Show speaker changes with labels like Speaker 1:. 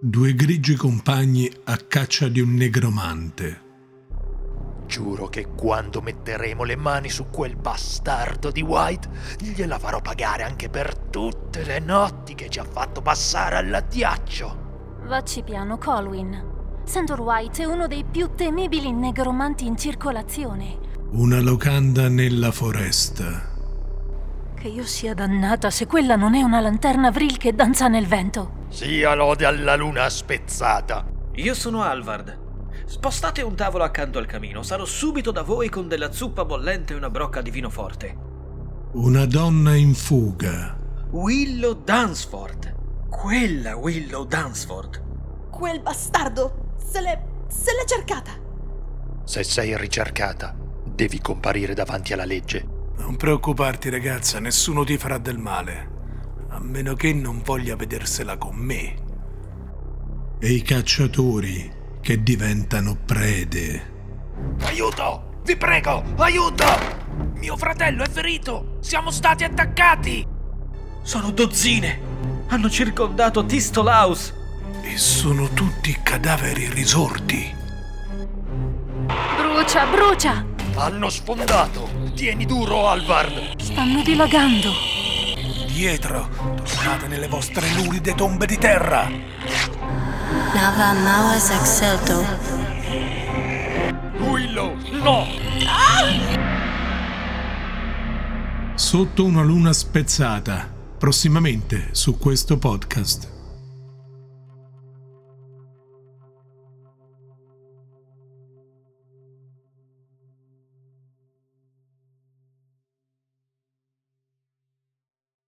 Speaker 1: Due grigi compagni a caccia di un negromante.
Speaker 2: Giuro che quando metteremo le mani su quel bastardo di White, gliela farò pagare anche per tutte le notti che ci ha fatto passare all'addiaccio.
Speaker 3: Vacci piano, Colwyn. Sandor White è uno dei più temibili negromanti in circolazione.
Speaker 1: Una locanda nella foresta.
Speaker 3: Che io sia dannata se quella non è una lanterna vril che danza nel vento.
Speaker 2: Sia lode alla luna spezzata.
Speaker 4: Io sono Alvard. Spostate un tavolo accanto al camino, sarò subito da voi con della zuppa bollente e una brocca di vino forte.
Speaker 1: Una donna in fuga.
Speaker 4: Willow Dunsford. Quella Willow Dunsford.
Speaker 5: Quel bastardo se l'è. se l'è cercata.
Speaker 2: Se sei ricercata, devi comparire davanti alla legge.
Speaker 6: Non preoccuparti, ragazza, nessuno ti farà del male. A meno che non voglia vedersela con me.
Speaker 1: E i cacciatori che diventano prede.
Speaker 7: Aiuto! Vi prego, aiuto! Mio fratello è ferito! Siamo stati attaccati!
Speaker 4: Sono dozzine! Hanno circondato Tistolaus!
Speaker 6: E sono tutti cadaveri risorti.
Speaker 3: Brucia, brucia!
Speaker 2: Hanno sfondato! Tieni duro, Alvard!
Speaker 3: Stanno dilagando!
Speaker 6: Dietro, tornate nelle vostre luride tombe di terra!
Speaker 8: Nava Maues Axelto.
Speaker 2: Willow, no!
Speaker 1: Sotto una luna spezzata, prossimamente su questo podcast.